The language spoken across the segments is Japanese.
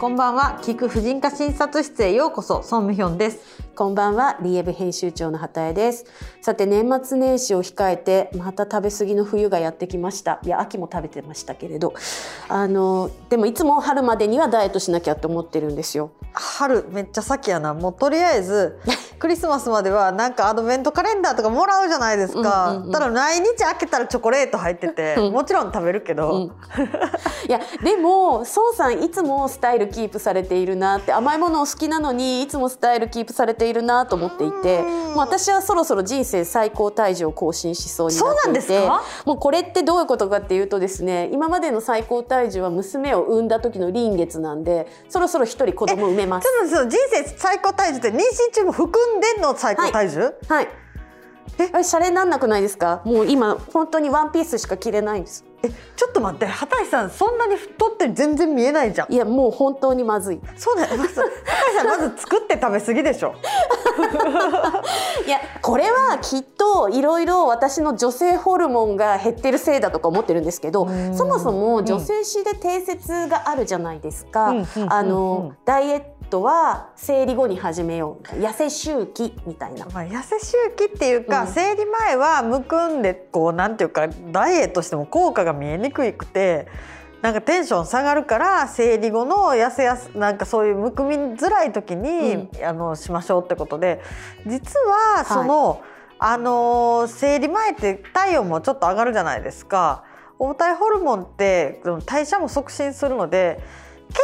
こんばんは聞く婦人科診察室へようこそソンムヒョンですこんばんは、リーエブ編集長の畑江です。さて、年末年始を控えて、また食べ過ぎの冬がやってきました。いや、秋も食べてましたけれど、あの、でもいつも春までにはダイエットしなきゃって思ってるんですよ。春めっちゃ先やなもうとりあえ ずクリスマスまではなんかアドベントカレンダーとかもらうじゃないですか、うんうんうんただ毎日開けたらチョコレート入ってて、うんもちろん食べるけど、うんいや、でも、孫さんいつもスタイルキープされているなって、甘いものを好きなのに、いつもスタイルキープされているなと思っていて。もう私はそろそろ人生最高体重を更新しそうになそうっないてんてですかもうこれってどういうことかっていうとですね今までの最高体重は娘を産んだ時の臨月なんでそろそろ一人子供を産めまちすょっとその人生最高体重って妊娠中も含んでんの最高体重、はいえあれシャレになんなくないですかもう今本当にワンピースしか着れないんですえちょっと待って畑井さんそんなに太って全然見えないじゃんいやもう本当にまずいそうだよまず畑井さんまず作って食べ過ぎでしょいやこれはきっといろいろ私の女性ホルモンが減ってるせいだとか思ってるんですけどうんそもそも女性誌で定説があるじゃないですかうんうんうんあうんうのんダイエットは生理後に始めようみたいな痩せ周期みたいな。まあ、痩せ周期っていうか、うん生理前はむくんでこうなんていうかダイエットしても効果が見えにくくてなんかテンション下がるから生理後の痩せやすなんかそういうむくみづらい時に、あのしましょうってことで実はその、あのー生理前って体温もちょっと上がるじゃないですか。黄体ホルモンってその代謝も促進するので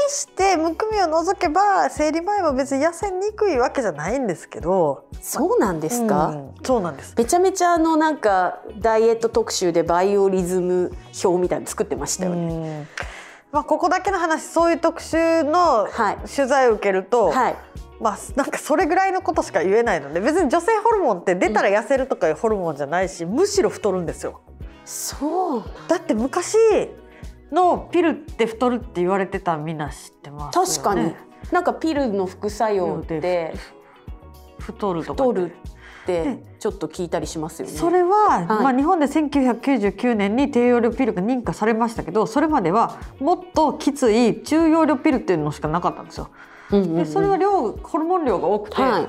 決してむくみを除けば生理前は別に痩せにくいわけじゃないんですけどそうなんですか、うんそうなんです。めちゃめちゃあのなんかダイエット特集でバイオリズム表みたいなの作ってましたよね。うんまあここだけの話そういう特集のはい取材を受けると、はい、まあなんかそれぐらいのことしか言えないので別に女性ホルモンって出たら痩せるとかいうホルモンじゃないし、むしろ太るんですよ。そうだって昔のピルって太るって言われてたんみんな知ってますよね。確かに、なんかピルの副作用って太るとか太るってちょっと聞いたりしますよね。それは、いまあ、日本で1999年に低用量ピルが認可されましたけどそれまではもっときつい中容量ピルっていうのしかなかったんですよ。うんうんうんでそれは量ホルモン量が多くて、はい、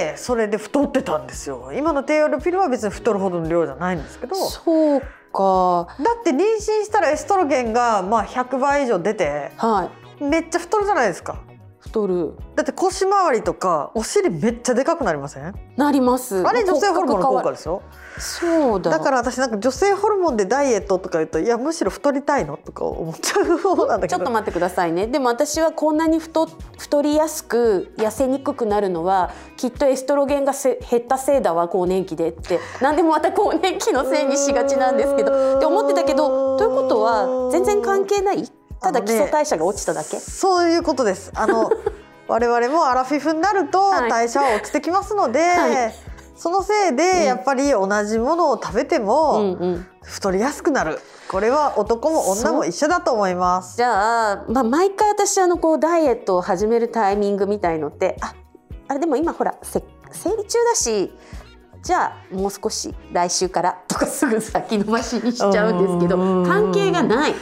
でそれで太ってたんですよ。今の低用量ピルは別に太るほどの量じゃないんですけどだそうか、って妊娠したらエストロゲンがまあ100倍以上出てはい、めっちゃ太るじゃないですか。太るだって腰回りとかお尻めっちゃでかくなりませんあなります。れ女性ホルモンの効果でですよす。そうだ。だから私なんか女性ホルモンでダイエットとか言うといやむしろ太りたいのとか思っちゃう方なんだちけょっどと待ってくださいねでも私はこんなに太太りやすく痩せにくくなるのはきっとエストロゲンがせ減ったせいだわ更年期でって何でもまた更年期のせいにしがちなんですけうーんどって思ってたけどということは全然関係ないただ基礎代謝が落ちただけ、そういうことですあ の我々もアラフィフになるとはい代謝は落ちてきますので、はいそのせいでやっぱり同じものを食べてもうんうん太りやすくなるこれは男も女も一緒だと思いますじゃあ、まあ、毎回私あのこうダイエットを始めるタイミングみたいのってああれでも今ほらせ生理中だしじゃあもう少し来週からとかすぐ先延ばしにしちゃうんですけどうん関係がない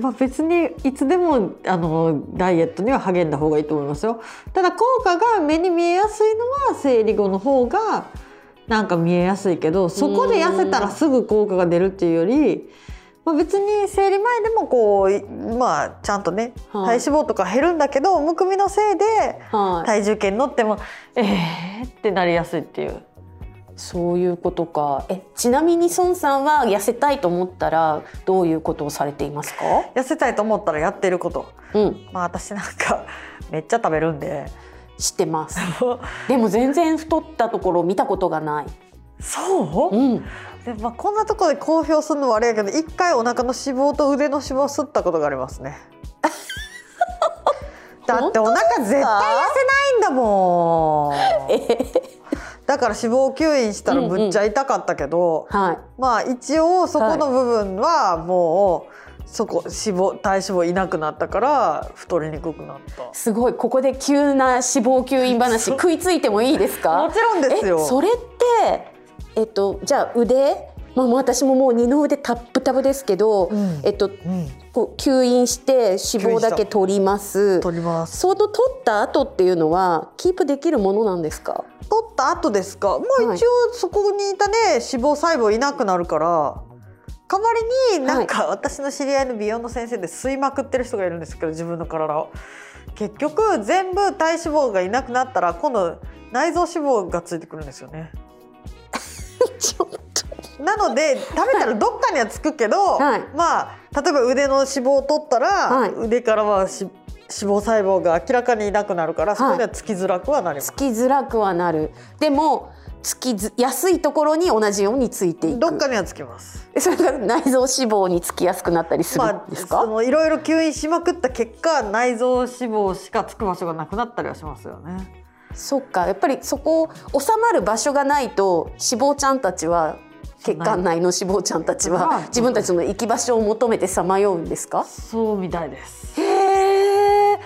まあ、別にいつでもあのダイエットには励んだ方がいいと思いますよただ効果が目に見えやすいのは生理後の方がなんか見えやすいけどそこで痩せたらすぐ効果が出るっていうより、まあ、別に生理前でもこういまあちゃんとねはい体脂肪とか減るんだけど、むくみのせいではい、体重計に乗ってもえーってなりやすいっていう。そういうことかえちなみに孫さんは痩せたいと思ったらどういうことをされていますか、痩せたいと思ったらやってることうん、まあ私なんかめっちゃ食べるん で知ってますでも全然太ったところ見たことがない、そううん、でまあ、こんなところで公表するのはあれやけど一回お腹の脂肪と腕の脂肪を吸ったことがありますねだってお腹絶対痩せないんだもんだから脂肪吸引したらむっちゃ痛かったけど、はいまあ一応そこの部分はもうそこ脂肪体脂肪いなくなったから太りにくくなったすごいここで急な脂肪吸引話そう食いついてもいいですかもちろんですよえそれってえっとじゃあ腕まあ、もう私ももう二の腕タップタブですけど、うんえっと、うん、こう吸引して脂肪だけ取ります。取ります相当取った後っていうのはキープできるものなんですか？取った後ですかまあはい一応そこにいたね脂肪細胞いなくなるから代わりになんか私の知り合いの美容の先生で吸いまくってる人がいるんですけど自分の体を結局全部体脂肪がいなくなったら今度内臓脂肪がついてくるんですよねちょっとなので食べたらどっかにはつくけど、はいまあ例えば腕の脂肪を取ったら、はい腕からはし脂肪細胞が明らかにいなくなるからそこにはつきづらくはなりますつきづらくはなる。でもつきず安いところに同じようについていく。どっかにはつきます。えそれが内臓脂肪につきやすくなったりするまんあ、ですそか？のいろいろ吸引しまくった結果、内臓脂肪しかつく場所がなくなったりはしますよね。そっかやっぱりそこ収まる場所がないと脂肪ちゃんたちは血管内の脂肪ちゃんたちははい自分たちの行き場所を求めてさまようんですかそうみたいです。へえ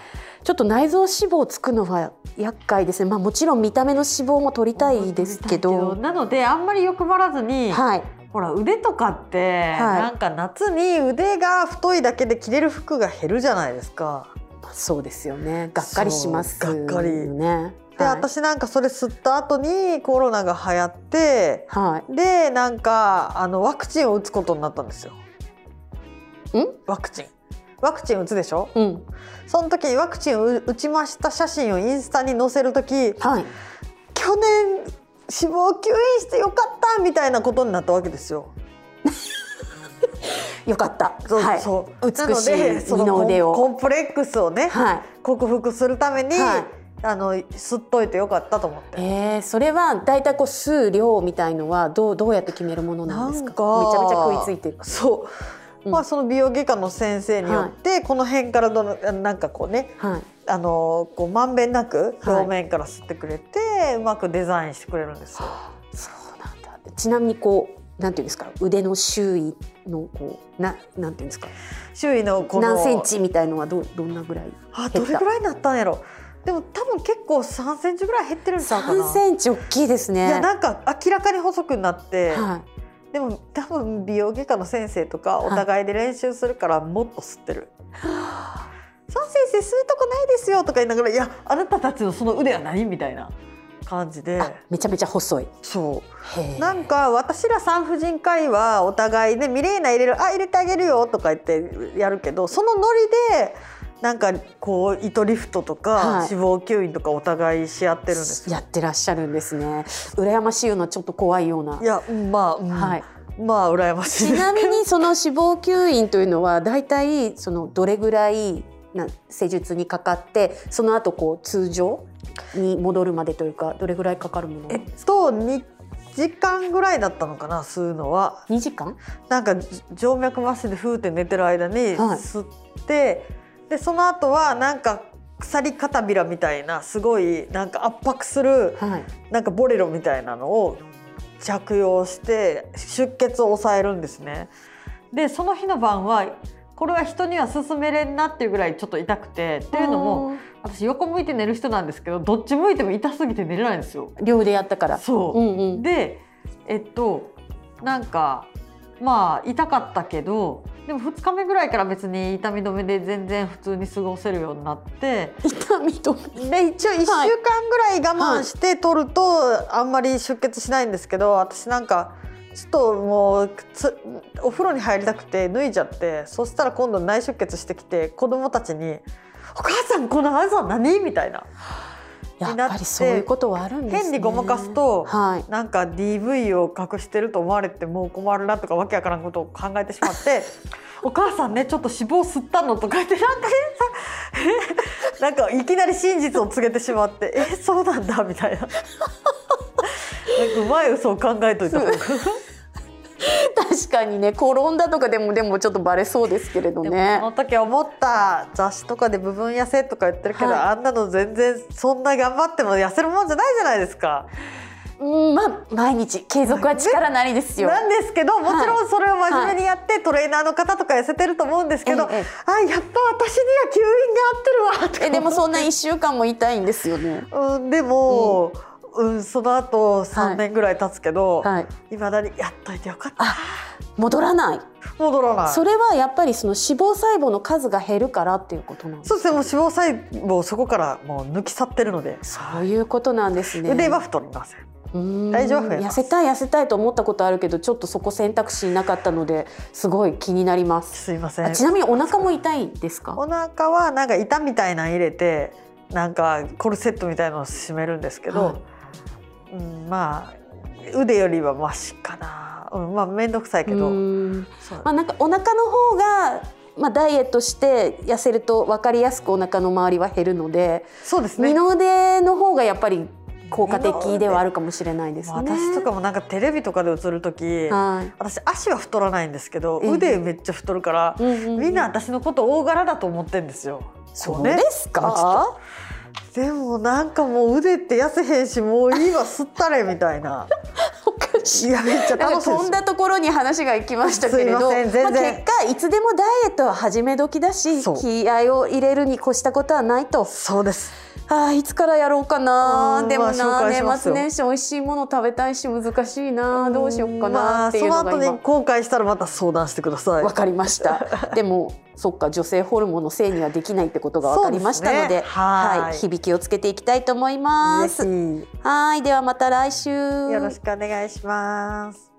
ちょっと内臓脂肪つくのは厄介ですねまあもちろん見た目の脂肪も取りたいですけどなのであんまり欲張らずに、はいほら腕とかって、なんか夏に腕が太いだけで着れる服が減るじゃないですか。そうですよねがっかりしますよねそうがっかりで、はい、私なんかそれ吸った後にコロナが流行って、はでなんかあのワクチンを打つことになったんですよ。んワクチン。ワクチン打つでしょ。いうんその時にワクチンを打ちました写真をインスタに載せる時はい去年死亡吸引してよかったみたいなことになったわけですよ。よかったそうはいそう美しなのでいそ二の腕をコンコンプレックスをね、はい克服するために、はいあの吸っといてよかったと思って。えー、それは大体こう数量みたいのはどうどうやって決めるものなんですかめちゃめちゃ食いついてるそう、うんまあその美容外科の先生によって、この辺からどのなんかこうねはいあのこうまんべんなくはい表面から吸ってくれて、うまくデザインしてくれるんですよ。そうなんだちなみにこうなんていうんですか腕の周囲のこうななんていうんですか周囲のこの何センチみたいのはどうどんなぐらいあ減どったれぐらいになったんやろでも多分結構3センチぐらい減ってるんちゃうかな3センチ大きいですねいやなんか明らかに細くなって、はでも多分美容外科の先生とかはいお互いで練習するからもっと吸ってる。その先生吸うとこないですよとか言いながら「いやあなたたちのその腕は何?」みたいな感じでい、あめちゃめちゃ細いそうへえなんか私ら産婦人科医はお互いねミレーナ入れるあ入れてあげるよとか言ってやるけどそのノリでなんかこう糸リフトとか、はい脂肪吸引とかお互いし合ってるんですよ。やってらっしゃるんですね羨ましいようなちょっと怖いようないやまあ、うんはいまあ羨ましいちなみにその脂肪吸引というのはだいたいそのどれぐらいな施術にかかってその後こう通常に戻るまでというかどれぐらいかかるものえっと2時間ぐらいだったのかな吸うのは2時間なんかじ静脈麻酔でふーって寝てる間にはい吸って、でその後はなんか鎖肩びらみたいなすごいなんか圧迫するはいなんかボレロみたいなのを着用して出血を抑えるんですね。でその日の晩はこれは人には勧めれんなっていうぐらいちょっと痛くてっていうのも私横向いて寝る人なんですけどどっち向いても痛すぎて寝れないんですよ。あー両腕やったからそう、んうんでえっとなんかまあ痛かったけどでも2日目ぐらいから別に痛み止めで全然普通に過ごせるようになって。痛みとで一応1週間ぐらい我慢して取るとあんまり出血しないんですけど私なんかちょっともうつお風呂に入りたくて脱いじゃってそしたら今度内出血してきて子供たちに「お母さんこの朝何?」みたいなやっぱりそういうことはあるんですね変にごまかすとはいなんか DV を隠してると思われてもう困るなとかわけわからんことを考えてしま って「お母さんねちょっと脂肪吸ったの」とか言ってなんか えなんかいきなり真実を告げてしまって「えそうなんだ」みたいな。なんかうまい嘘を考えといた方が確かにね転んだとかでもでもちょっとバレそうですけれどでもねその時思った雑誌とかで部分痩せとか言ってるけど、はいあんなの全然そんな頑張っても痩せるもんじゃないじゃないですか。うんまあ毎日継続は力なりですよなんですけどもちろんそれを真面目はにやって、トレーナーの方とか痩せてると思うんですけど、ええあやっぱ私には吸引が合ってるわとかえでもそんな1週間も痛いんですよねうんでも、うん、その後3年ぐらい経つけど、はい、いまだにやっといてよかった戻らない、戻らないそそれはやっぱりその脂肪細胞の数が減るからっていうことなんですうですねもう脂肪細胞そこからもう抜き去ってるので、そういうことなんですね腕は太りませんうーん体重は増え痩ますせたい痩せたいと思ったことあるけどちょっとそこ選択肢なかったのですごい気になりますすいませあんちなみにお腹も痛いですかお腹はなんか板みたいなの入れてなんかコルセットみたいなのを締めるんですけど、はうん、まあ腕よりはマシかな、うん、まあ面倒くさいけうどーんそうまあなんかお腹の方がまあダイエットして痩せると分かりやすくお腹の周りは減るので、そうです二ねの腕の方がやっぱり効果的ではあるかもしれないですね。私とかもなんかテレビとかで映る時はい私足は太らないんですけどええ腕めっちゃ太るから、うんうんうんみんな私のこと大柄だと思ってんですよ。そうですもうちょか？っとでもなんかもう腕って痩せへんしもう今吸ったれみたい なおかしいいやめっちゃなん楽かしいで飛すんだところに話が行きましたけれど、すいません全然あ、結果いつでもダイエットは始め時だしそう気合を入れるに越したことはないとそうですあーいつからやろうかうなんでもな、まあ紹介しま年すよ末年始美味しいもの食べたいし難しいなどうしようまかなあっていうのがその後今に後悔したらまた相談してくださいわかり ました。でも、そっか、女性ホルモンのせいにはできないってことがわかりましたのそうでで、すねはいはい、響きをつけていきたいと思います。ぜはい、ではまた来週。ひよろしくお願いします